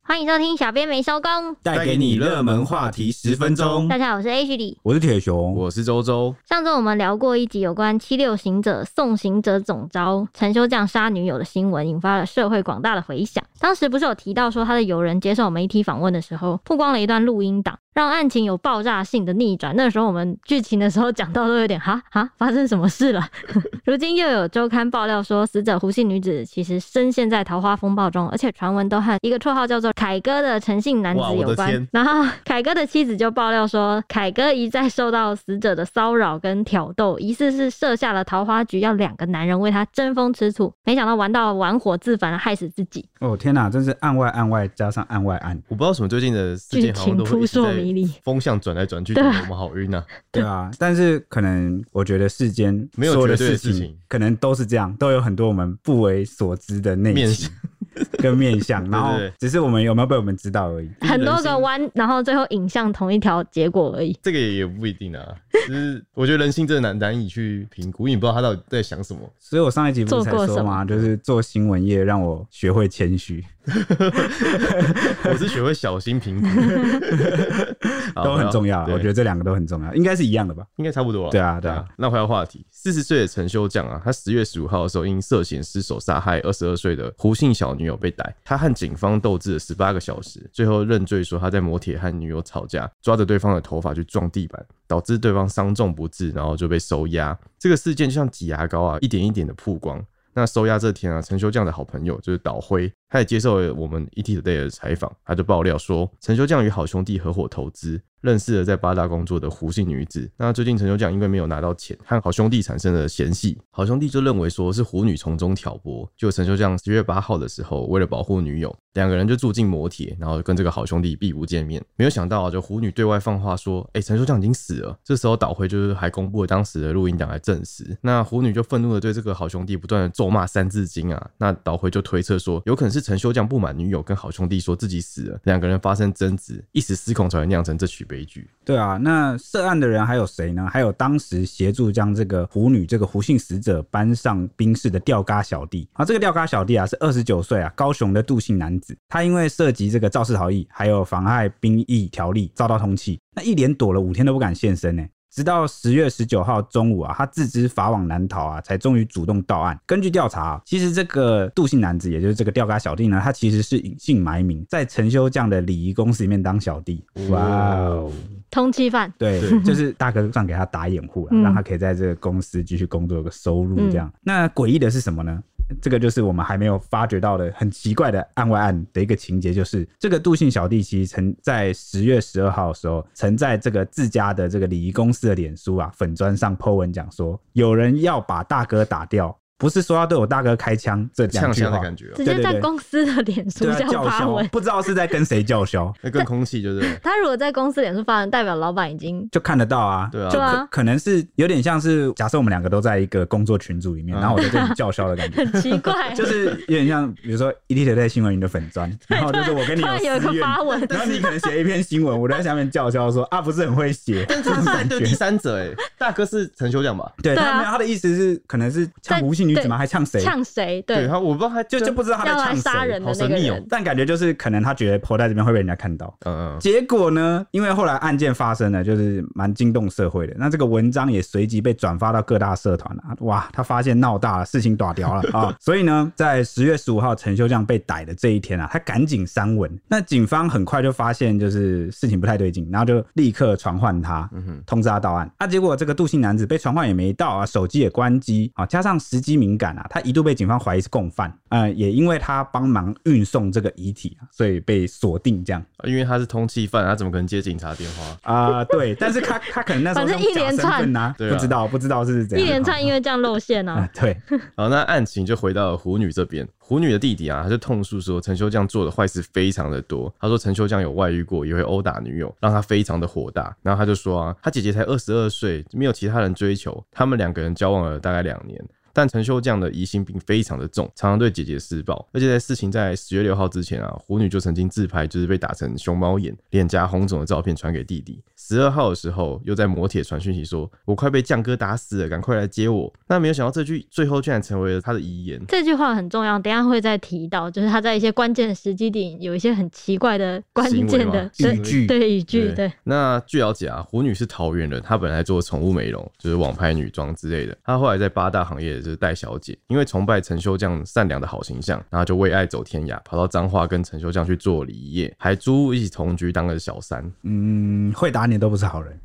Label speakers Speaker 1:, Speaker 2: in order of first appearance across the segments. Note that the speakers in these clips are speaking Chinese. Speaker 1: 欢迎收听《小编没收工》，
Speaker 2: 带给你热门话题十分钟
Speaker 1: 大。家好，我是 H 李。
Speaker 3: 我是铁熊，
Speaker 2: 我是周周，
Speaker 1: 上周我们聊过一集有关七六行者送行者总招陈修将杀女友的新闻，引发了社会广大的回响。当时不是有提到说他的友人接受媒体访问的时候，曝光了一段录音档，让案情有爆炸性的逆转。那时候我们剧情的时候讲到都有点哈哈，发生什么事了？如今又有周刊爆料说，死者胡姓女子其实深陷在桃花风暴中，而且传闻都和一个绰号叫做凯哥的陈姓男子
Speaker 2: 哇我的
Speaker 1: 有关
Speaker 2: 天。
Speaker 1: 然后凯哥的妻子就爆料说，凯哥一再受到死者的骚扰跟挑逗，疑似是设下了桃花局，要两个男人为他争风吃醋，没想到玩到玩火自焚，害死自己，
Speaker 3: 哦天哪，真是案外案外加上案外案，
Speaker 2: 我不知道为什么最近的事
Speaker 1: 剧
Speaker 2: 件好像
Speaker 1: 情
Speaker 2: 都会
Speaker 1: 扑
Speaker 2: 一直
Speaker 1: 朔迷
Speaker 2: 在
Speaker 1: 离。
Speaker 2: 风向转来转去，
Speaker 1: 对
Speaker 2: 觉
Speaker 1: 啊
Speaker 2: 得我们好晕啊！
Speaker 3: 对 啊，但是可能我觉得世间
Speaker 2: 没有
Speaker 3: 所的
Speaker 2: 绝对的
Speaker 3: 事
Speaker 2: 事情
Speaker 3: 情，可能都是这样，都有很多我们不为所知的内
Speaker 2: 面
Speaker 3: 情 跟面相，
Speaker 2: 对
Speaker 3: 然后
Speaker 2: 对对
Speaker 3: 只是我们有没有被我们知道而已。
Speaker 1: 很多
Speaker 2: 人
Speaker 1: 个
Speaker 2: 心
Speaker 1: 弯，然后最后引向同一条结果而已。
Speaker 2: 这个也不一定啊，就是我觉得人性真的难难以去评估，因为你不知道他到底在想什么。
Speaker 3: 所以我上一集不是才
Speaker 1: 做过
Speaker 3: 说
Speaker 1: 什么
Speaker 3: 嘛，就是做新闻业让我学会谦虚，
Speaker 2: 我是学会小心 评估，好
Speaker 3: 都很重要啊。
Speaker 2: 哦对
Speaker 3: 我觉得这两个都很重要，应该是一样的吧？
Speaker 2: 应该差不多了。
Speaker 3: 对啊对啊。
Speaker 2: 那回到话题，四十岁的陈修将啊，他十月十五号的时候因涉嫌失手杀害二十二岁的胡姓小女友被逮，他和警方斗智了十八个小时，最后认罪说他在摩铁和女友吵架，抓着对方的头发去撞地板，导致对方伤重不治，然后就被收押。这个事件就像挤牙膏啊，一点一点的曝光。那收押这天啊，陈修将的好朋友就是岛辉，他也接受了我们 ET Today 的采访，他就爆料说，陈修将与好兄弟合伙投资，认识了在八大工作的胡姓女子。那最近陈修将因为没有拿到钱，和好兄弟产生了嫌隙，好兄弟就认为说是胡女从中挑拨。就陈修将十月八号的时候，为了保护女友，两个人就住进摩铁，然后跟这个好兄弟避不见面。没有想到啊，就胡女对外放话说，哎、陈修将已经死了。这时候岛辉就是还公布了当时的录音档来证实。那胡女就愤怒的对这个好兄弟不断的咒骂《三字经》啊。那岛辉就推测说，有可能是陈修将不满女友跟好兄弟说自己死了，两个人发生争执，一时失控才会酿成这起悲剧。
Speaker 3: 对啊，那涉案的人还有谁呢？还有当时协助将这个胡女这个胡姓死者搬上冰室的吊嘎小弟啊，这个吊嘎小弟啊是二十九岁啊，高雄的杜姓男子，他因为涉及这个肇事逃逸，还有妨害兵役条例遭到通缉，那一连躲了五天都不敢现身呢、直到十月十九号中午啊，他自知法网难逃啊，才终于主动到案。根据调查、啊，其实这个杜姓男子，也就是这个吊嘎小弟呢，他其实是隐姓埋名，在陈修将的礼仪公司里面当小弟。哇哦！
Speaker 1: 通缉犯，
Speaker 3: 对，
Speaker 2: 对
Speaker 3: 就是大哥算给他打掩护了，
Speaker 1: 嗯
Speaker 3: 让他可以在这个公司继续工作有个收入这样。那诡异的是什么呢？这个就是我们还没有发掘到的很奇怪的案外案的一个情节，就是这个杜姓小弟其实曾在十月十二号的时候，曾在这个自家的这个礼仪公司的脸书啊粉砖上 po 文讲说，有人要把大哥打掉，不是说要对我大哥开枪这两
Speaker 2: 呛
Speaker 3: 句
Speaker 2: 香的
Speaker 3: 话，
Speaker 2: 感觉、哦，
Speaker 1: 直接
Speaker 3: 对对
Speaker 1: 在
Speaker 3: 对
Speaker 1: 公司的脸书
Speaker 3: 对啊，
Speaker 1: 上
Speaker 3: 叫
Speaker 1: 发
Speaker 3: 嚣
Speaker 1: 文，。
Speaker 3: 不知道是在跟谁叫嚣，
Speaker 2: 那跟空气就是。
Speaker 1: 他如果在公司脸书发文，代表老板已经
Speaker 3: 就看得到啊，
Speaker 2: 对啊，
Speaker 1: 对啊
Speaker 3: 可可能是有点像是，假设我们两个都在一个工作群组里面，
Speaker 2: 嗯
Speaker 3: 然后我在这里叫嚣的感觉，
Speaker 1: 很奇 怪，
Speaker 3: 就是有点像，比如说 ET 在新闻云的粉砖，然后就是我跟你
Speaker 1: 突然
Speaker 3: 有
Speaker 1: 有一
Speaker 3: 私
Speaker 1: 个
Speaker 3: 怨，
Speaker 1: 发文，
Speaker 3: 然后你可能写一篇新闻，我在下面叫嚣说啊，不是很会写，这种感
Speaker 2: 对
Speaker 3: 觉
Speaker 2: 第。三者哎、大哥是陈修将吧？
Speaker 3: 对
Speaker 1: 对
Speaker 3: 他
Speaker 1: 啊
Speaker 3: 没有他的意思是，可能是
Speaker 1: 在
Speaker 3: 唱无姓女子
Speaker 1: 对
Speaker 3: 吗？还唱谁？
Speaker 1: 呛谁？
Speaker 2: 对，
Speaker 1: 对，
Speaker 2: 他我不知道他
Speaker 3: 就就不知道他在
Speaker 1: 要来
Speaker 3: 唱
Speaker 1: 杀
Speaker 3: 谁
Speaker 1: 人的
Speaker 2: 好
Speaker 1: 那个
Speaker 2: 神秘哦
Speaker 1: 人，
Speaker 3: 但感觉就是可能他觉得 PO 在这边会被人家看到，
Speaker 2: 嗯嗯，
Speaker 3: 结果呢，因为后来案件发生了，就是蛮惊动社会的。那这个文章也随即被转发到各大社团了、啊。哇，他发现闹大了，事情打掉了啊、所以呢，在十月十五号陈修将被逮的这一天啊，他赶紧删文。那警方很快就发现就是事情不太对劲，然后就立刻传唤他，通知他到案。啊，结果这个杜姓男子被传唤也没到啊，手机也关机啊，加上时机敏感啊，他一度被警方怀疑是共犯。呃，也因为他帮忙运送这个遗体啊，所以被锁定这样。
Speaker 2: 因为他是通缉犯，他怎么可能接警察电话？
Speaker 3: 啊、对，但是他他可能那时候
Speaker 1: 反正一连串
Speaker 3: 呐，
Speaker 2: 对啊
Speaker 3: 不知道不知道是怎
Speaker 1: 一
Speaker 3: 样，
Speaker 1: 连串因为这样露馅
Speaker 3: 啊
Speaker 1: 啊，，
Speaker 3: 对，
Speaker 2: 然后那案情就回到了胡女这边，胡女的弟弟啊，他就痛诉说陈修将做的坏事非常的多。他说陈修将有外遇过，也会殴打女友，让他非常的火大。然后他就说啊，他姐姐才二十二岁，没有其他人追求，他们两个人交往了大概两年。但陈修将的疑心病非常的重，常常对姐姐施暴，而且在事情在十月六号之前啊，胡女就曾经自拍，就是被打成熊猫眼、脸颊红肿的照片传给弟弟。十二号的时候，又在摩铁传讯息说：“我快被酱哥打死了，赶快来接我。”那没有想到这句最后竟然成为了他的遗言。
Speaker 1: 这句话很重要，等一下会再提到，就是他在一些关键的时机点有一些很奇怪的关键的
Speaker 2: 行为嘛
Speaker 1: 对
Speaker 3: 语句
Speaker 1: 对语句，对，
Speaker 2: 那据了解啊，胡女是桃园人，她本来做宠物美容，就是网拍女装之类的。她后来在八大行业就是带小姐，因为崇拜陈修将善良的好形象，然后就为爱走天涯，跑到彰化跟陈修将去做礼仪业，还租屋一起同居当了小三。
Speaker 3: 嗯，会打你的都不是好人。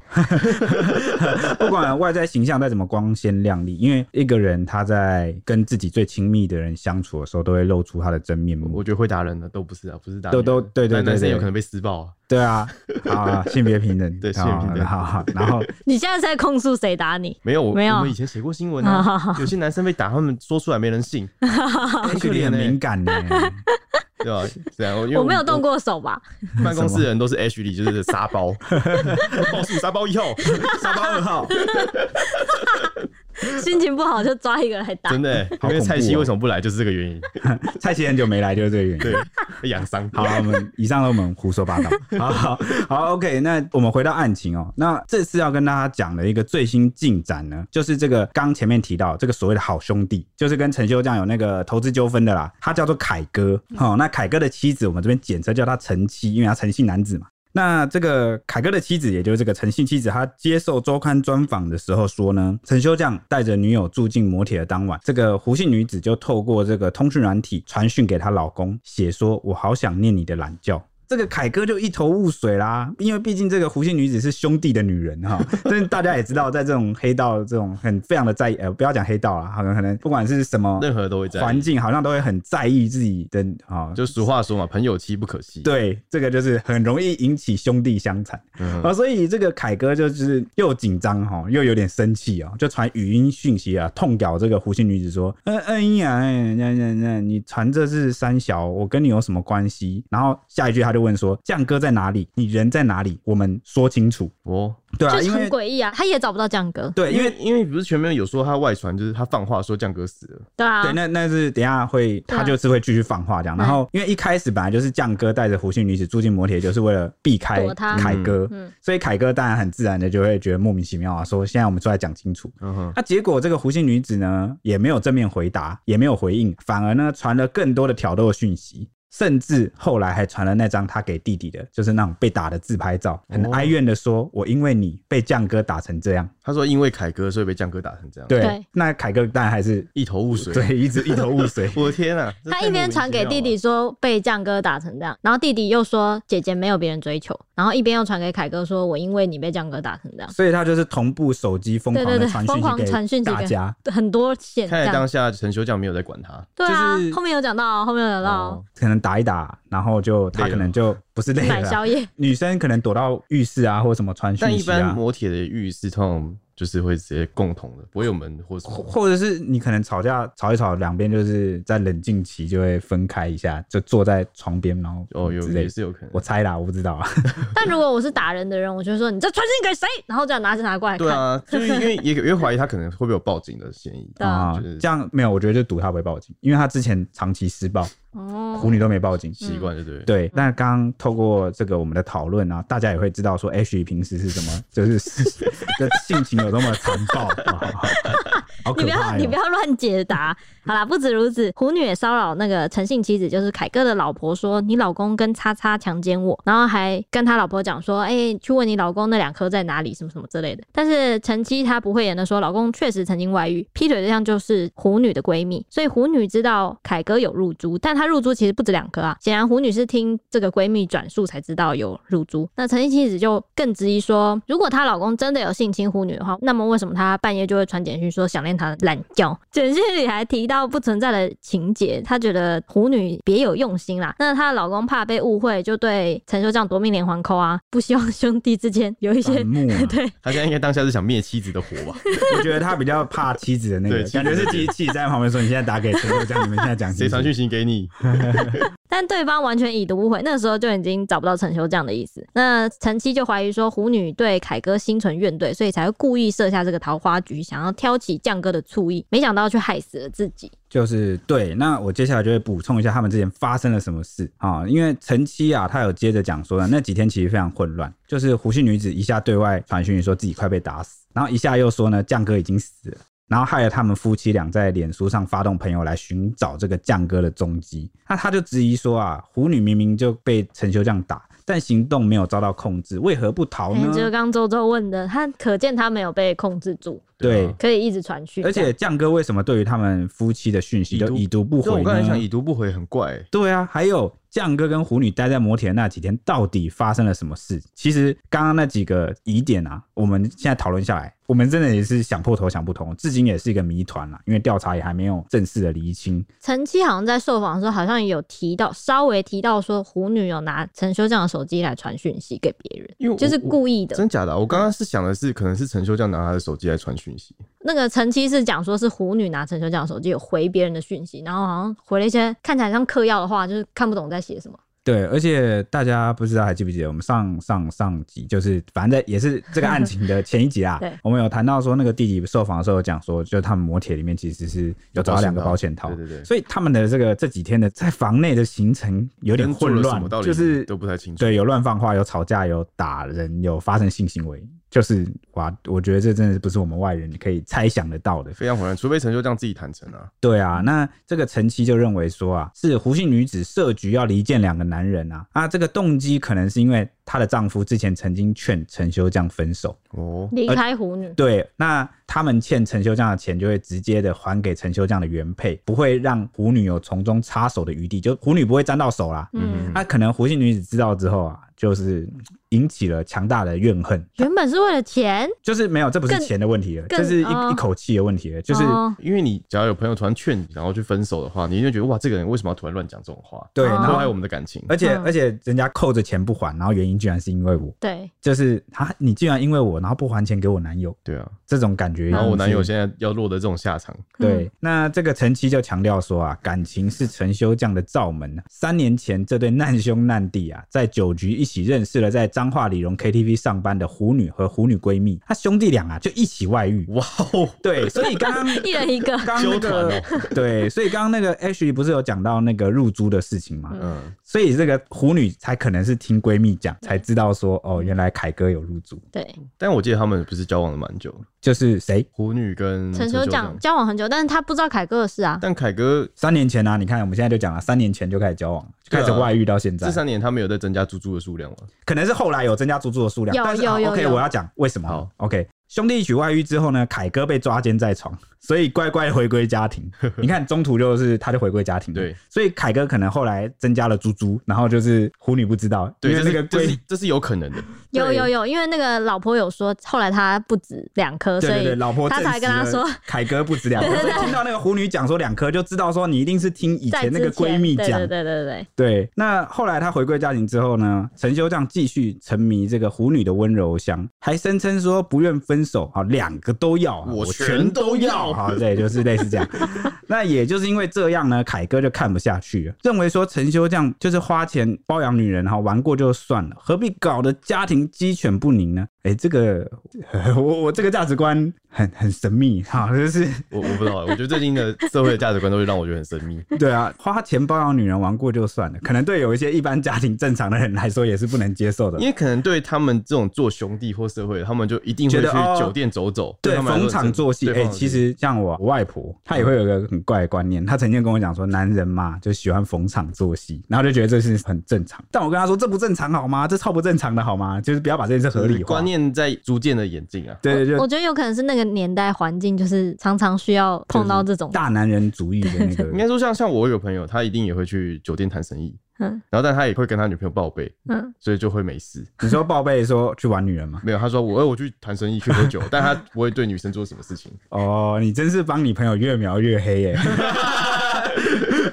Speaker 3: 不管外在形象再怎么光鲜亮丽，因为一个人他在跟自己最亲密的人相处的时候，都会露出他的真面目。
Speaker 2: 我觉得会打人的都不是啊，不是打
Speaker 3: 都
Speaker 2: 女人
Speaker 3: 都对对
Speaker 2: 男
Speaker 3: 对
Speaker 2: 男生
Speaker 3: 对
Speaker 2: 有可能被施暴啊。
Speaker 3: 对啊，啊，性别平等，
Speaker 2: 对性别平等
Speaker 3: 好，好然后
Speaker 1: 你现在是在控诉谁打你？
Speaker 2: 没有，我
Speaker 1: 没有
Speaker 2: 我们以前写过新闻
Speaker 1: 好好
Speaker 2: 啊，有些男生被打，他们说出来没人信，很
Speaker 3: H 里很敏
Speaker 2: 欸，
Speaker 3: 感呢、
Speaker 2: 对吧？对 啊，因为
Speaker 1: 我没有动过手吧？
Speaker 2: 办公室的人都是 H 里就是沙包， 报数沙包一号，
Speaker 3: 沙包二号，
Speaker 1: 心情不好就抓一个来打
Speaker 2: 真。的欸、
Speaker 3: 好
Speaker 2: 因为
Speaker 3: 恐
Speaker 2: 蔡
Speaker 3: 怖
Speaker 2: 西
Speaker 3: 哦
Speaker 2: 为什么不来就是这个 原因，
Speaker 3: 蔡奇很久没来就是这个原因。
Speaker 2: 对，被养伤。
Speaker 3: 好了，我们 以上都我们胡说八道。 好好好，OK，那我们回到案情哦。那这次要跟大家讲的一个最新进展呢，就是这个刚前面提到这个所谓的好兄弟，就是跟陈修这样有那个投资纠纷的啦，他叫做凯哥。哦，那凯哥的妻子，我们这边简称叫他陈妻，因为他陈姓男子嘛。那这个凯哥的妻子，也就是这个陈姓妻子，她接受周刊专访的时候说呢，陈修将带着女友住进摩铁的当晚，这个胡姓女子就透过这个通讯软体传讯给她老公，写说我好想念你的懒觉。 这个凯哥就一头雾水啦，因为毕竟这个胡姓女子是兄弟的女人哈，但是大家也知道，在这种黑道这种很非常的在意，呃，不要讲黑道啦，好像可能不管是什么
Speaker 2: 任何都会在意
Speaker 3: 环境，好像都会很在意自己的啊，
Speaker 2: 就俗话说嘛，朋友妻不可欺。，
Speaker 3: 对，这个就是很容易引起兄弟相残。
Speaker 2: 嗯，
Speaker 3: 啊，所以这个凯哥就是又紧张哈，又有点生气哦，就传语音讯息啊，痛屌这个胡姓女子说：“嗯嗯呀，哎那那那，你传这是三小，我跟你有什么关系？”然后下一句他就问说：“酱哥在哪里？你人在哪里？我们说清楚。
Speaker 2: 哦，”
Speaker 3: 对啊，
Speaker 1: 就是嗯
Speaker 3: 因
Speaker 1: 很
Speaker 3: 为
Speaker 1: 诡异啊，他也找不到酱哥，
Speaker 3: 对，因
Speaker 2: 因
Speaker 3: 为
Speaker 2: 为因为不是全面有说他外传，就是他放话说酱哥死了，
Speaker 1: 对啊
Speaker 3: 对，，那那是等一下会，
Speaker 1: 对啊
Speaker 3: 他就是会继续放话这样。然后，因为一开始本来就是酱哥带着胡姓女子住进摩铁，就是为了避开
Speaker 1: 躲他
Speaker 3: 凯哥，
Speaker 1: 嗯嗯
Speaker 3: 所以凯哥当然很自然的就会觉得莫名其妙啊，说现在我们出来讲清楚。
Speaker 2: 嗯哼，
Speaker 3: 那、结果这个胡姓女子呢，也没有正面回答，也没有回应，反而呢传了更多的挑逗讯息，甚至后来还传了那张她给弟弟的，就是那种被打的自拍照，很
Speaker 2: 哦
Speaker 3: 哀怨的说：“我因为你被酱哥打成这样。
Speaker 2: 他说因为凯哥所以被酱哥打成这样，
Speaker 3: 对，
Speaker 1: 对那
Speaker 3: 那凯哥当然还是
Speaker 2: 一头雾水。啊
Speaker 3: 对，一直一头雾
Speaker 2: 。
Speaker 3: 水
Speaker 2: 我的天啊！这
Speaker 1: 他
Speaker 2: 太
Speaker 1: 一
Speaker 2: 莫
Speaker 1: 边
Speaker 2: 名
Speaker 1: 传
Speaker 2: 其
Speaker 1: 给
Speaker 2: 妙
Speaker 1: 弟
Speaker 2: 了
Speaker 1: 弟说被酱哥打成这样，然后弟弟又说姐姐没有别人追求，然后一边又传给凯哥说我因为你被酱哥打成这样，
Speaker 3: 所以他就是同步手机疯狂
Speaker 1: 对对
Speaker 3: 的
Speaker 1: 对
Speaker 3: 传
Speaker 1: 疯狂
Speaker 3: 讯
Speaker 1: 传
Speaker 3: 息
Speaker 1: 讯
Speaker 3: 给
Speaker 1: 息
Speaker 3: 大
Speaker 1: 给
Speaker 3: 家，
Speaker 1: 很多现
Speaker 2: 看来
Speaker 1: 象
Speaker 2: 当。下陈修将没有在管他。
Speaker 1: 对啊
Speaker 3: 就是，
Speaker 1: 后面有讲到哦，后面有讲到哦
Speaker 2: 哦，
Speaker 3: 可能打一打，然后就他
Speaker 2: 累了
Speaker 3: 可能就不是累
Speaker 1: 买
Speaker 3: 了啊，
Speaker 1: 宵夜，
Speaker 3: 女生可能躲到浴室啊，或者什么传讯
Speaker 2: 但一
Speaker 3: 息啊。
Speaker 2: 般摩铁的浴室通常就是会直接共同的，不会有门或什
Speaker 3: 或
Speaker 2: 么。
Speaker 3: 或者是你可能吵架吵一吵，两边就是在冷静期就会分开一下，就坐在床边，然后
Speaker 2: 哦，有
Speaker 3: 之类
Speaker 2: 也
Speaker 3: 的。
Speaker 2: 是有可能
Speaker 3: 我。猜啦，我不知道啊。
Speaker 1: 但如果我是打人的人，我就会说你这传信给谁，然后这样拿着拿过来看。
Speaker 2: 对啊，就是因为也 也怀疑他可能会不会有报警的嫌疑。
Speaker 1: 对啊
Speaker 3: 啊
Speaker 2: 就是
Speaker 3: 这样没有，我觉得就赌他不会报警，因为他之前长期施暴，
Speaker 1: 哦，
Speaker 3: 狐狸都没报警。
Speaker 2: 习惯就对了。
Speaker 3: 对，那刚刚透过这个我们的讨论啊，大家也会知道说 H 平时是什么， 就是的性情有多么残暴， 啊好
Speaker 1: 你
Speaker 3: 可
Speaker 1: 不
Speaker 3: 怕
Speaker 1: 要
Speaker 3: 哟！
Speaker 1: 你不要乱解答。好啦，不止如此，虎女也骚扰那个陈姓妻子，就是凯哥的老婆说，你老公跟叉叉强奸我，然后还跟他老婆讲说，哎、去问你老公那两颗在哪里，什么什么之类的。但是陈妻她不会演的说，老公确实曾经外遇，劈腿对象就是虎女的闺蜜，所以虎女知道凯哥有入珠，但她入珠其实不止两颗啊。显然虎女是听这个闺蜜转述才知道有入珠。那陈姓妻子就更质疑说，如果她老公真的有性侵虎女的话，那么为什么她半夜就会传简讯说想念她的懒觉？简讯里还提到不存在的情节，她觉得虎女别有用心啦。那她的老公怕被误会，就对陈修这样夺命连环扣啊，不希望兄弟之间有一些
Speaker 3: 反目啊
Speaker 1: 对
Speaker 2: 他现在应该当下是想灭妻子的火 吧？
Speaker 3: 我觉得他比较怕妻子的那个
Speaker 2: 对，妻子
Speaker 3: 感觉是妻妻子在旁边说：“你现在打给陈友，这样你们现在讲清
Speaker 2: 谁
Speaker 3: 楚
Speaker 2: 传讯息给你？
Speaker 1: 但对方完全已读不回，那时候就已经找不到陈修这样的意思。那陈七就怀疑说胡女对凯哥心存怨怼，所以才会故意设下这个桃花局，想要挑起酱哥的醋意，没想到却害死了自己。
Speaker 3: 就是对，那我接下来就会补充一下他们之前发生了什么事啊、因为陈七啊，他有接着讲说呢，那几天其实非常混乱，就是胡姓女子一下对外传讯说自己快被打死，然后一下又说呢，酱哥已经死了。然后害了他们夫妻俩在脸书上发动朋友来寻找这个酱哥的踪迹。那他就质疑说啊，胡女明明就被陈修酱打，但行动没有遭到控制，为何不逃
Speaker 1: 哎
Speaker 3: 呢？
Speaker 1: 就是刚周周问的，他可见他没有被控制住，
Speaker 3: 对，
Speaker 1: 可以一直传讯，
Speaker 3: 而且酱哥为什么对于他们夫妻的讯息就已读不
Speaker 2: 对啊，
Speaker 3: 回
Speaker 2: 我刚才想
Speaker 3: 呢？
Speaker 2: 已读不回很怪、欸，
Speaker 3: 对啊，还有酱哥跟虎女待在摩铁的那几天，到底发生了什么事？其实刚刚那几个疑点啊，我们现在讨论下来，我们真的也是想破头想不通，至今也是一个谜团啦，因为调查也还没有正式的厘清。
Speaker 1: 陈七好像在受访的时候，好像有提到，稍微提到说胡女有拿陈修这样的手机来传讯息给别人，
Speaker 2: 因为我
Speaker 1: 就是
Speaker 2: 我
Speaker 1: 故意的。
Speaker 2: 真假的啊、我刚刚是想的是，可能是陈修这样拿他的手机来传讯息，
Speaker 1: 那个陈七是讲说是胡女拿陈修这样的手机有回别人的讯息，然后好像回了一些看起来像嗑药的话，就是看不懂在写什么。。
Speaker 3: 对，而且大家不知道还记不记得我们上上上集，就是反正在也是这个案情的前一集啦
Speaker 1: 对
Speaker 3: 我们有谈到说那个弟弟受访的时候有讲说，就是他们摩铁里面其实是有找到两个保险套，
Speaker 2: 对对对，
Speaker 3: 所以他们的这个这几天的在房内的行程有点
Speaker 2: 跟做
Speaker 3: 混
Speaker 2: 了什
Speaker 3: 乱
Speaker 2: 么道，理
Speaker 3: 就是
Speaker 2: 都不太清楚。
Speaker 3: 对有乱放话，有吵架，有打人，有发生性行为，就是哇，我觉得这真的不是我们外人可以猜想得到的。
Speaker 2: 非常混乱，除非陈修这样自己坦诚啊。
Speaker 3: 对啊，那这个陈七就认为说啊，是胡姓女子设局要离间两个男人啊，啊，这个动机可能是因为她的丈夫之前曾经劝陈修这样分手，
Speaker 2: 哦，
Speaker 1: 离
Speaker 3: 呃
Speaker 1: 开胡女，
Speaker 3: 对，那他们欠陈修匠的钱就会直接的还给陈修匠的原配，不会让虎女有从中插手的余地，就虎女不会沾到手啦。
Speaker 1: 嗯，
Speaker 3: 那、可能胡姓女子知道之后啊，就是嗯引起了强大的怨恨，
Speaker 1: 原本是为了钱，
Speaker 3: 就是没有，这不是
Speaker 1: 更
Speaker 3: 钱的问题了，
Speaker 1: 更
Speaker 3: 这是一、
Speaker 1: 哦
Speaker 3: 一口气的问题了，就是、
Speaker 1: 哦
Speaker 2: 因为你只要有朋友突然劝你，然后去分手的话，你一定会觉得哇，这个人为什么要突然乱讲这种话，
Speaker 3: 对，
Speaker 1: 哦
Speaker 3: 然
Speaker 2: 破坏
Speaker 3: 后。
Speaker 2: 我们的感情。
Speaker 3: 而且
Speaker 1: 嗯
Speaker 3: 而且人家扣着钱不还，然后原因居然是因为我，
Speaker 1: 对，
Speaker 3: 就是啊，你竟然因为我，然后不还钱给我男友，
Speaker 2: 对啊，
Speaker 3: 这种感觉。
Speaker 2: 然后我男友现在要落得这种下场，
Speaker 3: 对，那这个陈七就强调说啊，感情是陈修匠的罩门啊。三年前，这对难兄难弟啊，在酒局一起认识了在彰化李荣 KTV 上班的虎女和虎女闺蜜，他兄弟俩啊就一起外遇。
Speaker 2: 哇哦，
Speaker 3: 对，所以刚 刚
Speaker 1: 嗯一人一 个，
Speaker 3: 刚那
Speaker 2: 纠团
Speaker 3: 个
Speaker 2: 哦
Speaker 3: 对，所以刚刚那个 Ashley 不是有讲到那个入租的事情吗？
Speaker 2: 嗯，
Speaker 3: 所以这个虎女才可能是听闺蜜讲才知道说，哦，原来凯哥有入租，
Speaker 1: 对，
Speaker 2: 但我记得他们不是交往了蛮久的，
Speaker 3: 就是谁？
Speaker 2: 胡女跟
Speaker 3: 嗯
Speaker 1: 陈修
Speaker 2: 修
Speaker 1: 讲
Speaker 2: 匠。
Speaker 1: 交往很久，但是他不知道凯哥的事啊，
Speaker 2: 但凯哥
Speaker 3: 三年前啊，你看我们现在就讲了，三年前就开始交往，就开始
Speaker 2: 对啊
Speaker 3: 外遇到现在。
Speaker 2: 这三年他没有在增加猪猪的数量了，
Speaker 3: 可能是后来有增加猪猪的数量，
Speaker 1: 有
Speaker 3: 但是
Speaker 1: 有
Speaker 3: 好
Speaker 1: 有
Speaker 3: OK，
Speaker 1: 有
Speaker 3: 我要讲为什么。
Speaker 2: 好
Speaker 3: OK，兄弟一起外遇之后呢，凯哥被抓奸在床，所以乖乖回归家 庭。你看中途就是他就回归家庭，
Speaker 2: 对，
Speaker 3: 所以凯哥可能后来增加了猪猪，然后就是虎女不知道，
Speaker 2: 对，
Speaker 3: 因为
Speaker 2: 这
Speaker 3: 那
Speaker 2: 是
Speaker 3: 个
Speaker 2: 这
Speaker 3: 闺
Speaker 2: 是这是有可能的，
Speaker 1: 有
Speaker 3: 对
Speaker 1: 有有，因为那个老婆有说，后来他不止两颗，
Speaker 3: 对
Speaker 1: 所
Speaker 3: 对对，
Speaker 1: 以
Speaker 3: 老婆
Speaker 1: 他才跟他
Speaker 3: 证实了
Speaker 1: 说
Speaker 3: 凯哥不 止两颗，所以听到那个虎女讲说两颗，就知道说你一定是听以
Speaker 1: 在
Speaker 3: 前那个
Speaker 1: 之前
Speaker 3: 闺蜜
Speaker 1: 对
Speaker 3: 讲
Speaker 1: 对对对对，
Speaker 3: 对，那后来他回归家庭之后呢，陈修匠继续沉迷这个虎女的温柔乡，还声称说不愿分手，好，两个都要啊，
Speaker 2: 我
Speaker 3: 全
Speaker 2: 全都要
Speaker 3: 好，对，就是类似这样。 那也就是因为这样呢，凯哥就看不下去了，认为说陈修匠就是花钱包养女人哈，玩过就算了，何必搞得家庭鸡犬不宁呢？哎、这个 我我这个价值观很很神秘哈，就是
Speaker 2: 我我不知道，我觉得最近的社会的价值观都会让我觉得很 神秘。
Speaker 3: 对啊，花钱包养女人玩过就算了，可能对有一些一般家庭正常的人来说也是不能接受的
Speaker 2: 因。为可能对他们这种做兄弟或社会的，他们就一定会
Speaker 3: 觉得哦
Speaker 2: 去酒店走走，
Speaker 3: 对，
Speaker 2: 他们来
Speaker 3: 逢
Speaker 2: 说
Speaker 3: 场作戏。
Speaker 2: 对
Speaker 3: 哎、
Speaker 2: 逢场作
Speaker 3: 其实像我我外婆，她也会有一个很怪的观念。她曾经跟我讲说，男人嘛就喜欢逢场作戏，然后就觉得这是很正常。但我跟她说，这不正常好吗？这超不正常的好吗？就是不要把这件事合理化。
Speaker 2: 嗯观念在逐渐的演进啊。
Speaker 3: 对对对，
Speaker 1: 我觉得有可能是那个年代环境，就是常常需要碰到这种，
Speaker 3: 大男人主义的那
Speaker 2: 应
Speaker 3: 个。
Speaker 2: 该说像像我有个朋友，他一定也会去酒店谈生意，
Speaker 1: 嗯
Speaker 2: 然后但他也会跟他女朋友报备，
Speaker 1: 嗯，
Speaker 2: 所以就会没事。
Speaker 3: 你说报备说去玩女人吗？
Speaker 2: 没有，他说我哎我去谈生意去 喝酒，但他不会对女生做什么事情。
Speaker 3: 哦，你真是帮你朋友越描越黑耶。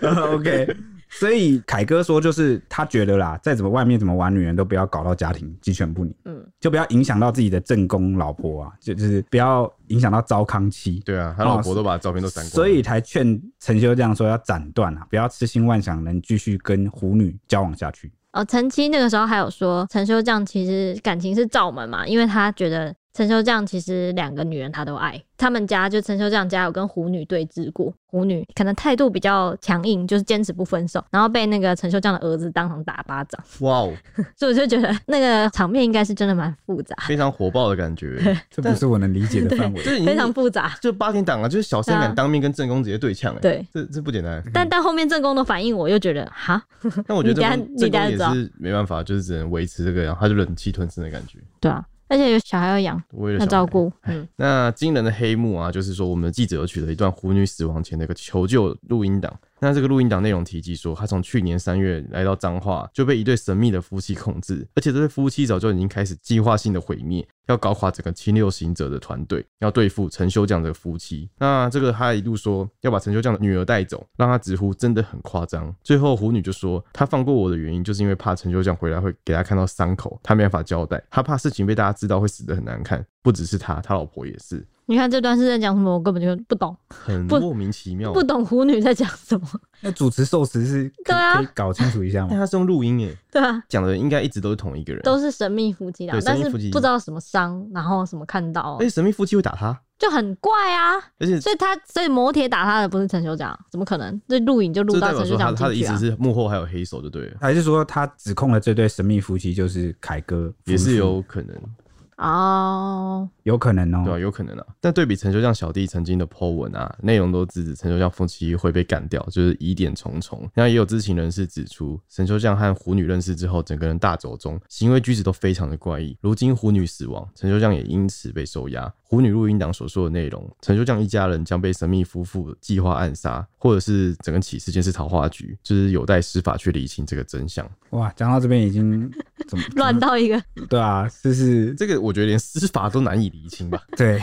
Speaker 3: OK，所以凯哥说，就是他觉得啦，再怎么外面怎么玩女人都不要搞到家庭鸡犬不宁，
Speaker 1: 嗯，
Speaker 3: 就不要影响到自己的正宫老婆啊，就就是不要影响到糟糠妻。
Speaker 2: 对啊，他老婆都把照片都删光了，
Speaker 3: 所以才劝陈修这样说要斩断啊，不要痴心妄想能继续跟狐女交往下去。
Speaker 1: 哦，陈七那个时候还有说，陈修将其实感情是罩门嘛，因为他觉得陈修将其实两个女人他都爱。他们家就陈修将家有跟虎女对峙过，虎女可能态度比较强硬，就是坚持不分手，然后被那个陈修将的儿子当场打巴掌，
Speaker 2: 哇哦，
Speaker 1: 所以我就觉得那个场面应该是真的蛮复杂，
Speaker 2: 非常火爆的感 觉，
Speaker 3: 这不是我能理解的范围。
Speaker 2: 就是你
Speaker 1: 非常复杂。
Speaker 2: 就八点档啊，就是小三
Speaker 1: 对啊
Speaker 2: 敢当面跟正宫直接对呛，哎，
Speaker 1: 对，嗯
Speaker 2: 这这不简单。
Speaker 1: 但但后面正宫的反应，我又觉得哈，
Speaker 2: 但我觉得
Speaker 1: 你等下
Speaker 2: 正宫
Speaker 1: 你
Speaker 2: 正
Speaker 1: 等下
Speaker 2: 宫
Speaker 1: 就
Speaker 2: 也
Speaker 1: 知道
Speaker 2: 是没办法，就是只能维持这个，然后他就忍气吞声的感觉，
Speaker 1: 对啊，而且有小孩要养，
Speaker 2: 为
Speaker 1: 要
Speaker 2: 了小孩
Speaker 1: 照顾，嗯，
Speaker 2: 那惊人的黑幕啊，就是说我们的记者有取得一段狐女死亡前的一个求救录音档。那这个录音档内容提及说，她从去年三月来到彰化，就被一对神秘的夫妻控制，而且这对夫妻早就已经开始计划性的毁灭，要搞垮整个侵略行者的团队，要对付陈修将这个夫妻。那这个他一路说要把陈修将的女儿带走，让他直呼真的很夸张。最后狐女就说，她放过我的原因就是因为怕陈修将回来会给他看到伤口，她没办法交代，她怕事情被大家知道会死得很难看。不只是她，她老婆也是，
Speaker 1: 你看这段是在讲什么，我根本就不懂，
Speaker 2: 很
Speaker 1: 不
Speaker 2: 莫名其妙。
Speaker 1: 不懂虎女在讲什么，
Speaker 3: 那主持寿司是可
Speaker 1: 对啊
Speaker 3: 可以搞清楚一下
Speaker 2: 但
Speaker 3: 吗？
Speaker 2: 他是用录音诶，
Speaker 1: 对啊。
Speaker 2: 讲的人应该一直都是同一个人。
Speaker 1: 都是神秘夫妻啦
Speaker 2: 对，
Speaker 1: 但
Speaker 2: 神秘
Speaker 1: 是
Speaker 2: 夫妻
Speaker 1: 不知道什么伤，然后什么看到
Speaker 2: 而，且哎神秘夫妻会打他，
Speaker 1: 就很怪啊。
Speaker 2: 而且
Speaker 1: 所以他所以摩铁打他的不是陈修长，怎么可能？这录影就录
Speaker 2: 这
Speaker 1: 到
Speaker 2: 代表
Speaker 1: 陈
Speaker 2: 说
Speaker 1: 修
Speaker 2: 他
Speaker 1: 长
Speaker 2: 他的
Speaker 1: 进
Speaker 2: 意
Speaker 1: 去
Speaker 2: 思
Speaker 1: 啊。
Speaker 2: 是幕后还有黑手就对了，
Speaker 3: 还是说他指控了这对神秘夫妻就是凯哥夫妇？
Speaker 2: 也是有可能，
Speaker 1: 哦，
Speaker 3: 有可能哦、
Speaker 2: 对吧、有可能啊。但对比陈修将小弟曾经的 po 文啊，内容都指指陈修将夫妻会被干掉，就是疑点重重。那也有知情人士指出，陈修将和狐女认识之后，整个人大走中，行为举止都非常的怪异。如今狐女死亡，陈修将也因此被收押。狐女录音档所说的内容，陈修将一家人将被神秘夫妇计划暗杀，或者是整个起事件是桃花局，就是有待司法去理清这个真相。
Speaker 3: 哇，讲到这边已经怎么
Speaker 1: 乱到一个，
Speaker 3: 对啊，就是
Speaker 2: 这个我觉得连司法都难以厘清吧。
Speaker 3: 对，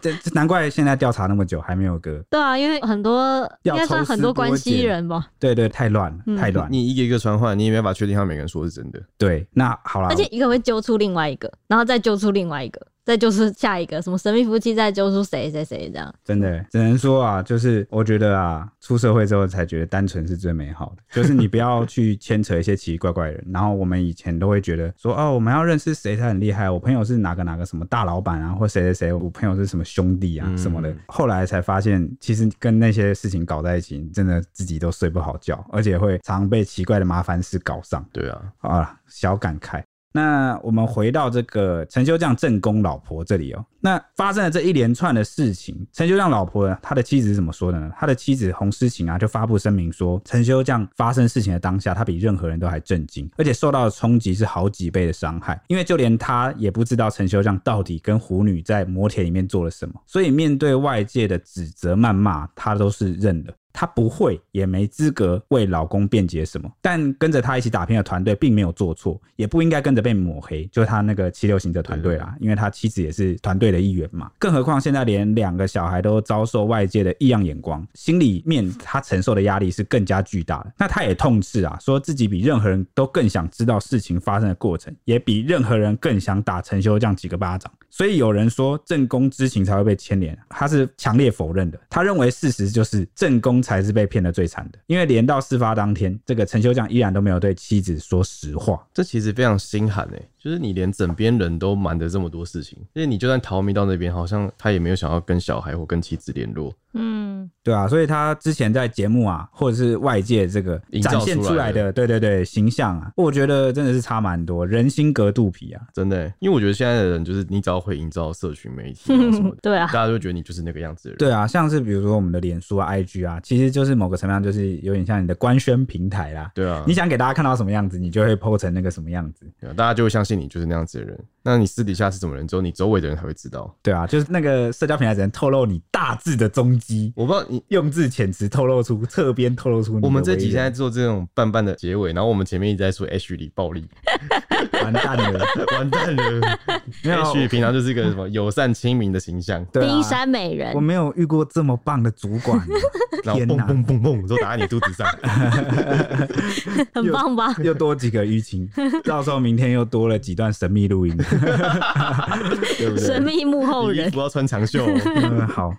Speaker 3: 这这难怪现在调查那么久还没有个，
Speaker 1: 对啊，因为很多应
Speaker 3: 要
Speaker 1: 该算
Speaker 3: 抽丝
Speaker 1: 很多关
Speaker 3: 剥
Speaker 1: 系
Speaker 3: 茧
Speaker 1: 人吧，
Speaker 3: 对对，太乱了，
Speaker 1: 嗯
Speaker 3: 太乱了。
Speaker 2: 你一个一个传唤，你也没办法确定他每个人说的是真的。
Speaker 3: 对，那好啦，
Speaker 1: 而且一个会揪出另外一个，然后再揪出另外一个，再揪出下一个，什么神秘夫妻再揪出谁谁谁这样。
Speaker 3: 真的只能说啊，就是我觉得啊，出社会之后才觉得单纯是最美好的，就是你不要去牵扯一些奇奇怪怪的人。然后我们以前都会觉得说，哦，我们要认识谁才很厉害，我朋友是哪个哪个什么大老板啊，或谁谁谁，我朋友是什么兄弟啊、
Speaker 2: 嗯
Speaker 3: 什么的。后来才发现，其实跟那些事情搞在一起，你真的自己都睡不好觉，而且会常被奇怪的麻烦事搞上。
Speaker 2: 对啊，
Speaker 3: 好啦，小感慨。那我们回到这个陈修将正宫老婆这里哦，那发生了这一连串的事情，陈修将老婆呢，他的妻子是怎么说的呢？他的妻子洪诗晴啊，就发布声明说，陈修将发生事情的当下，他比任何人都还震惊，而且受到的冲击是好几倍的伤害，因为就连他也不知道陈修将到底跟狐女在摩铁里面做了什么，所以面对外界的指责谩骂，他都是认了。她不会，也没资格为老公辩解什么。但跟着她一起打拼的团队并没有做错，也不应该跟着被抹黑，就是她那个七六型的团队啦，因为她妻子也是团队的一员嘛。更何况现在连两个小孩都遭受外界的异样眼光，心里面她承受的压力是更加巨大的。那她也痛斥啊，说自己比任何人都更想知道事情发生的过程，也比任何人更想打陈修这样几个巴掌。所以有人说正宫知情才会被牵连，啊他是强烈否认的。他认为事实就是正宫才是被骗的最惨的，因为连到事发当天，这个陈修将依然都没有对妻子说实话。
Speaker 2: 这其实非常心寒诶、就是你连枕边人都瞒着这么多事情，而且你就算逃迷到那边，好像他也没有想要跟小孩或跟妻子联络，
Speaker 1: 嗯，
Speaker 3: 对啊，所以他之前在节目啊，或者是外界这个
Speaker 2: 营造
Speaker 3: 展现出来
Speaker 2: 出来
Speaker 3: 的，对对对，形象啊，我觉得真的是差蛮多，人心隔肚皮啊。
Speaker 2: 真的欸、因为我觉得现在的人就是你只要会营造社群媒体然后什么的，
Speaker 1: 对啊
Speaker 2: 大，家就会觉得你就是那个样子的人。
Speaker 3: 对啊，像是比如说我们的脸书啊、IG 啊，其实就是某个层面上就是有点像你的官宣平台啦。
Speaker 2: 对啊，
Speaker 3: 你想给大家看到什么样子，你就会 PO 成那个什么样子。
Speaker 2: 对啊大家就会相信你就是那样子的人。那你私底下是什么人，只有你周围的人才会知道。
Speaker 3: 对啊，就是那个社交平台只能透露你大致的踪迹。
Speaker 2: 我不知道你
Speaker 3: 用字遣词透露出侧边透露出你的
Speaker 2: 我们这
Speaker 3: 为
Speaker 2: 集现在
Speaker 3: 人
Speaker 2: 做这种半半的结尾，然后我们前面一直在说 H 里 暴力，
Speaker 3: 完蛋 了，
Speaker 2: 完蛋了。
Speaker 3: 没有
Speaker 2: H 平常就是一个什么友善亲民的形象，
Speaker 3: 对啊
Speaker 1: 冰山美人
Speaker 3: 我，没有遇过这么棒的主管，啊
Speaker 2: 然后
Speaker 3: 天
Speaker 2: 蹦
Speaker 3: 哪，
Speaker 2: 蹦蹦蹦都打在你肚子上。
Speaker 1: 很棒吧？
Speaker 3: 又多几个舆情，到时候明天又多了几段神秘录音，对不
Speaker 1: 神
Speaker 3: 对？
Speaker 1: 秘幕后
Speaker 2: 你衣
Speaker 1: 人。
Speaker 2: 服要穿长 袖、哦。
Speaker 3: 嗯，好，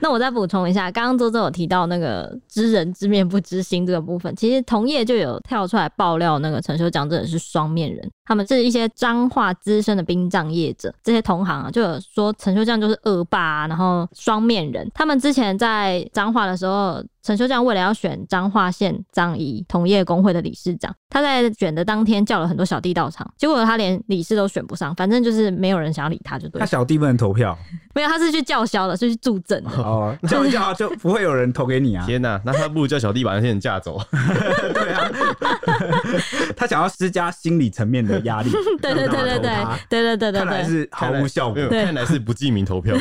Speaker 1: 那我再补充一下，刚刚周周有提到那个知人知面不知心这个部分，其实同业就有跳出来爆料，那个陈修讲真的是双面人，他们是一些彰化资深的殡葬业者，这些同行啊就有说陈修将就是恶霸啊、然后双面人。他们之前在彰化的时候，陈修将为了要选彰化县彰仪同业工会的理事长，他在选的当天叫了很多小弟到场，结果他连理事都选不上，反正就是没有人想要理他，就对
Speaker 3: 他
Speaker 1: 了。
Speaker 3: 小弟不能投票
Speaker 1: 没有，他是去叫嚣的，是去助阵的。
Speaker 3: 哦，叫一叫就不会有人投给你 啊，
Speaker 2: 天哪、那他不如叫小弟把那些人架走。
Speaker 3: 对啊，他想要施加心理层面的压力，
Speaker 1: 对对对对
Speaker 3: 让
Speaker 1: 对
Speaker 3: 大家投他
Speaker 1: 对对对对
Speaker 3: 看来
Speaker 1: 对。
Speaker 3: 是毫无效
Speaker 2: 没
Speaker 3: 果
Speaker 2: 有，。看来是不记名 投票。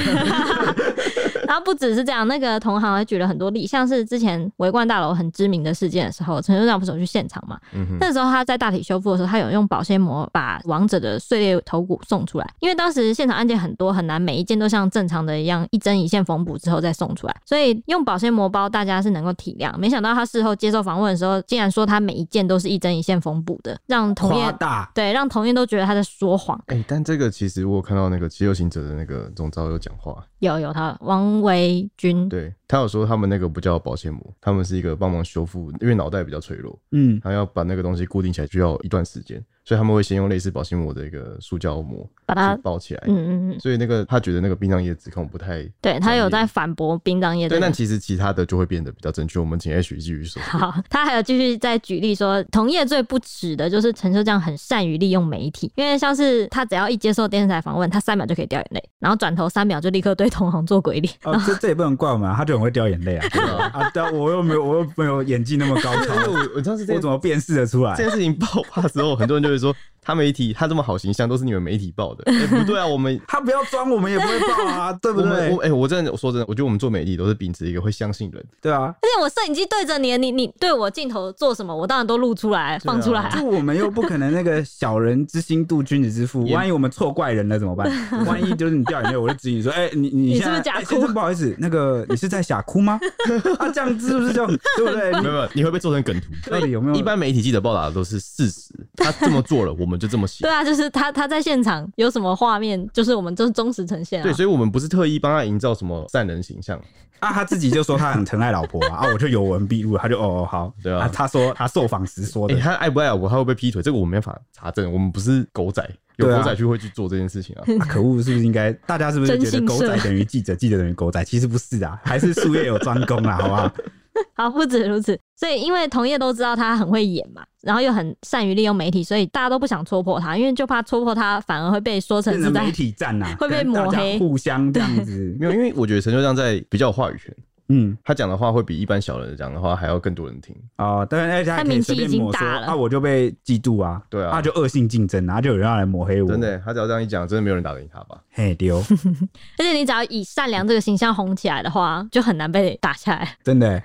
Speaker 1: 然后不只是这样，那个同行还举了很多例，像是之前维冠大楼很知名的事件的时候，陈修长不是有去现场嘛？
Speaker 2: 嗯哼，
Speaker 1: 那时候他在大体修复的时候，他有用保鲜膜把王者的碎裂头骨送出来，因为当时现场案件很多，很难每一件都像正常的一样一针一线缝补之后再送出来，所以用保鲜膜包大家是能够体谅。没想到他事后接受访问的时候，竟然说他每一件都是一针一线缝补的，让同
Speaker 3: 夸
Speaker 1: 业
Speaker 3: 大
Speaker 1: 对让同业都觉得他在说谎。
Speaker 2: 哎、但这个其实我有看到那个《七六行者》的那个总招有讲话，
Speaker 1: 有有他王维军
Speaker 2: 对他有说他们那个不叫保鲜膜，他们是一个帮忙修复，因为脑袋比较脆弱，
Speaker 3: 嗯，
Speaker 2: 他要把那个东西固定起来需要一段时间，所以他们会先用类似保鲜膜的一个塑胶膜
Speaker 1: 把它
Speaker 2: 去包起来。
Speaker 1: 嗯嗯嗯。
Speaker 2: 所以那个他觉得那个殡葬业指控不太
Speaker 1: 对他有
Speaker 2: 专
Speaker 1: 在
Speaker 2: 业
Speaker 1: 反驳殡葬业这
Speaker 2: 对，
Speaker 1: 个
Speaker 2: 但。其实其他的就会变得比较正确。我们请 H 继续 说。
Speaker 1: 好，他还有继续再举例说，同业最不耻的就是陈秀将很善于利用媒体，因为像是他只要一接受电视台访问，他三秒就可以掉眼泪，然后转头三秒就立刻对同行做鬼脸。
Speaker 3: 哦，这这也不能怪我们啊，他就很会掉眼泪啊，对啊，啊，但我又没有，我又没有演技那么高
Speaker 2: 因为
Speaker 3: 超，
Speaker 2: 哦我我当 时这
Speaker 3: 我
Speaker 2: 件
Speaker 3: 怎么辨识得出来
Speaker 2: 这？件事情爆发之后，很多人就会说他媒体他这么好形象都是你们媒体爆的， 哎、不对啊，我们。
Speaker 3: 他不要装，我们也不会爆啊，对不
Speaker 2: 我们
Speaker 3: 对
Speaker 2: 我？哎、我真的我说真的，我觉得我们做媒体都是秉持一个会相信 人，
Speaker 3: 对啊，
Speaker 1: 而且我摄影机对着你，你你对我镜头做什么，我当然都录出来放出来、啊
Speaker 3: 就。我们又不可能那个小人之心度君子之 腹，
Speaker 2: 也
Speaker 3: 万一我们错怪人了怎么 办？万一就是你掉眼泪，我就指引你说，哎、 你你
Speaker 1: 你
Speaker 3: 现
Speaker 1: 是不
Speaker 3: 在
Speaker 1: 是假
Speaker 3: 哎
Speaker 1: 哭
Speaker 3: 先生不好意思，那个你是在假哭 吗？啊，这样子是不是就很对不对？
Speaker 2: 没
Speaker 3: 你
Speaker 2: 有没有，你会被做成梗图。
Speaker 3: 到底有没有
Speaker 2: 一般媒体记者报道的都是事实，他这么做了，我们就这么写
Speaker 1: 对。啊，就是他他在现场有什么画面，就是我们就是忠实呈现啊
Speaker 2: 对，。所以我们不是特意帮他营造什么善人形象，
Speaker 3: 啊，他自己就说他很疼爱老婆 啊，啊我就有文必录，他就哦哦好，
Speaker 2: 对啊
Speaker 3: 他说他受访时说
Speaker 2: 哎、
Speaker 3: 的，
Speaker 2: 他爱不爱我，他会不会劈腿，这个我没办法查证，我们不是狗仔，有
Speaker 3: 对啊
Speaker 2: 狗仔去会去做这件事情啊。
Speaker 3: 啊可恶，是不是应该大家是不是觉
Speaker 1: 真
Speaker 3: 得
Speaker 1: 性
Speaker 3: 狗仔
Speaker 1: 社
Speaker 3: 等于记者，记者等于狗仔？其实不是啊，还是术业有专攻啊，好不 好？
Speaker 1: 好，不止如此，所以因为同业都知道他很会演嘛，然后又很善于利用媒体，所以大家都不想戳破他，因为就怕戳破他反而会被说成
Speaker 3: 变
Speaker 1: 是
Speaker 3: 成
Speaker 1: 在
Speaker 3: 媒体战呐、啊，
Speaker 1: 会被
Speaker 3: 跟大
Speaker 1: 抹
Speaker 3: 家
Speaker 1: 黑
Speaker 3: 互相这样子，
Speaker 2: 没有，因为我觉得陈秀亮在比较有话语权，
Speaker 3: 嗯。
Speaker 2: 他讲的话会比一般小人讲的话还要更多人听。
Speaker 3: 哦，但是而且他
Speaker 1: 他
Speaker 3: 也可以
Speaker 1: 名
Speaker 3: 随
Speaker 1: 气已
Speaker 3: 便
Speaker 1: 经
Speaker 3: 抹说，
Speaker 1: 大了
Speaker 3: 啊，我就被嫉妒啊，
Speaker 2: 对啊
Speaker 3: 啊就恶性竞争，然后就有人要来抹黑我，
Speaker 2: 真的，他只要这样一讲，真的没有人打得赢他吧？
Speaker 3: 嘿丢，
Speaker 1: 而且你只要以善良这个形象红起来的话，就很难被打下来。
Speaker 3: 真的，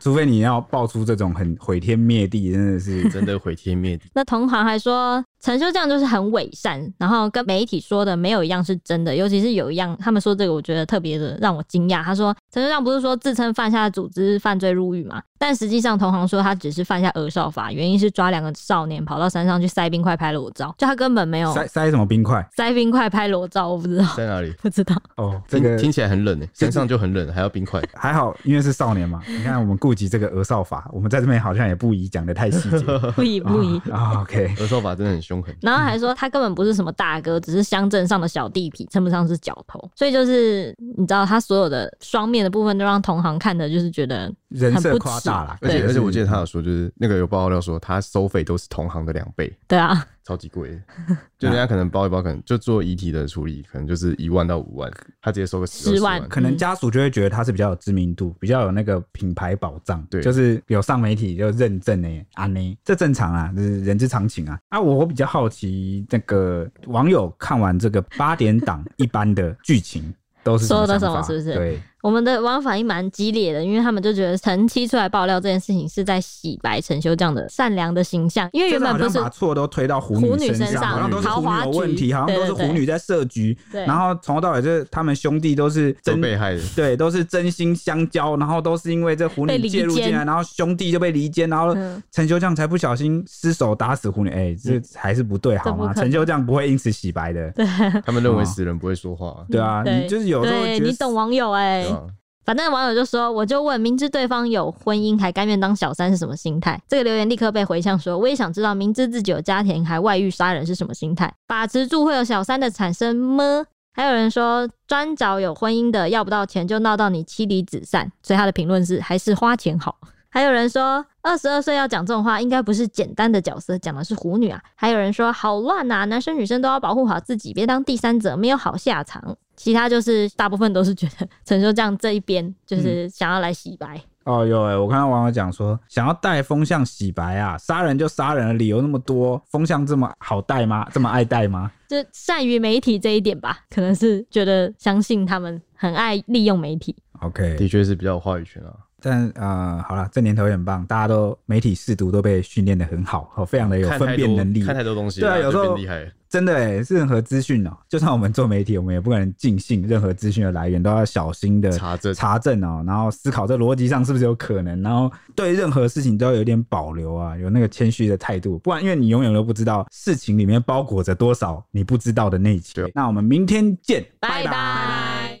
Speaker 3: 除非你要爆出这种很毁天灭地，真 的是
Speaker 2: 真的毁天灭地。
Speaker 1: 那同行还说，陈修将就是很伪善，然后跟媒体说的没有一样是真的，尤其是有一样，他们说这个我觉得特别的让我惊讶。他说，陈修将不是说自称犯下组织犯罪入狱嘛？但实际上，同行说他只是犯下儿少法，原因是抓两个少年跑到山上去塞冰块拍裸照，就他根本没有
Speaker 3: 塞塞什么冰块
Speaker 1: 塞冰块拍裸照，我不知道，
Speaker 2: 在 哪里？
Speaker 1: 不知道。
Speaker 3: 哦，这
Speaker 2: 听
Speaker 3: 个
Speaker 2: 听起来很冷诶，山上就很冷，还要冰块。
Speaker 3: 还好，因为是少年嘛，你看我们顾及这个儿少法，我们在这边好像也不宜讲的太细节，
Speaker 1: 不疑 不 疑。
Speaker 3: 啊、o k
Speaker 2: 儿少法真的很凶狠。
Speaker 1: 然后
Speaker 3: 嗯
Speaker 1: 还说他根本不是什么大哥，只是乡镇上的小地痞，称不上是角头。所以就是你知道他所有的双面的部分，都让同行看的就是觉得
Speaker 3: 人
Speaker 1: 很
Speaker 3: 设
Speaker 1: 不
Speaker 3: 夸
Speaker 1: 耻
Speaker 3: 大啦，
Speaker 2: 而且
Speaker 3: 是
Speaker 2: 而且我记得他有说，就是那个有爆料说，他收费都是同行的两倍，
Speaker 1: 对啊，
Speaker 2: 超级贵的。就人家可能包一包，可能就做遗体的处理，可能就是一万到五万，他直接收个十
Speaker 1: 10万
Speaker 2: 万。
Speaker 3: 可能家属就会觉得他是比较有知名度，比较有那个品牌保障，
Speaker 2: 对
Speaker 3: 就是有上媒体就认证呢，啊呢，这正常啊，这是人之常情啊。啊，我比较好奇那个网友看完这个八点档一般的剧情都是什
Speaker 1: 说
Speaker 3: 么
Speaker 1: 的
Speaker 3: 想
Speaker 1: 什么
Speaker 3: 法？
Speaker 1: 是不是
Speaker 3: 对，
Speaker 1: 我们的网友反应蛮激烈的，因为他们就觉得陈七出来爆料这件事情是在洗白陈修这样的善良的形象，因为原
Speaker 3: 真的
Speaker 1: 本
Speaker 3: 好
Speaker 1: 不
Speaker 3: 像
Speaker 1: 是
Speaker 3: 把错都推到虎
Speaker 1: 虎
Speaker 3: 女
Speaker 1: 女身
Speaker 3: 上，
Speaker 1: 上
Speaker 3: 好像都是
Speaker 1: 豪
Speaker 3: 虎女
Speaker 1: 华
Speaker 3: 有
Speaker 1: 局
Speaker 3: 问题，好像都是
Speaker 1: 对对
Speaker 3: 虎女在设局。
Speaker 1: 对
Speaker 3: 然后从头到尾，就是他们兄弟都是
Speaker 2: 都
Speaker 3: 真
Speaker 2: 被害的。
Speaker 3: 对，都是真心相交，然后都是因为这虎
Speaker 1: 被
Speaker 3: 女
Speaker 1: 离
Speaker 3: 介入进
Speaker 1: 间
Speaker 3: 来，然后兄弟就被离间，然后
Speaker 1: 嗯
Speaker 3: 陈修将才不小心失手打死虎女，哎、这还是不对好
Speaker 1: 这不
Speaker 3: 吗？
Speaker 1: 可能
Speaker 3: 陈修将不会因此洗白的，对
Speaker 2: 他们认为死人不会说话，
Speaker 3: 啊，
Speaker 1: 对
Speaker 3: 你就是有时候
Speaker 1: 对
Speaker 3: 觉得
Speaker 1: 你懂网友哎、
Speaker 2: 对吧？
Speaker 1: 反正网友就说，我就问，明知对方有婚姻还甘愿当小三是什么心态？这个留言立刻被回向说，我也想知道，明知自己有家庭还外遇杀人是什么心态？把持住会有小三的产生吗？还有人说，专找有婚姻的，要不到钱就闹到你妻离子散。所以他的评论是，还是花钱好。还有人说，二十二岁要讲这种话，应该不是简单的角色，讲的是虎女啊。还有人说，好乱啊，男生女生都要保护好自己，别当第三者，没有好下场。其他就是大部分都是觉得陈修这样这一边就是想要来洗白，
Speaker 3: 哦，有哎、我看到网友讲说，想要带风向洗白啊，杀人就杀人，理由那么多，风向这么好带吗？这么爱带吗？
Speaker 1: 就善于媒体这一点吧，可能是觉得相信他们很爱利用媒体。
Speaker 3: OK，
Speaker 2: 的确是比较有话语权啊。
Speaker 3: 但呃，好了，这年头也很棒，大家都媒体试读都被训练的很好，哦，非常的有
Speaker 2: 看
Speaker 3: 分
Speaker 2: 太
Speaker 3: 辨
Speaker 2: 多
Speaker 3: 能力，
Speaker 2: 看太多东西，
Speaker 3: 对啊
Speaker 2: 然后
Speaker 3: 有时
Speaker 2: 就
Speaker 3: 候
Speaker 2: 变厉害了。
Speaker 3: 真的哎，是任何资讯哦， 就算我们做媒体，我们也不可能尽信任何资讯的来源，都要小心的
Speaker 2: 查证
Speaker 3: 查证哦，然后思考这逻辑上是不是有可能，然后对任何事情都要有一点保留啊，有那个谦虚的态度，不然因为你永远都不知道事情里面包裹着多少你不知道的内情
Speaker 2: 对。
Speaker 3: 那我们明天见，
Speaker 1: 拜
Speaker 3: 拜
Speaker 1: 拜。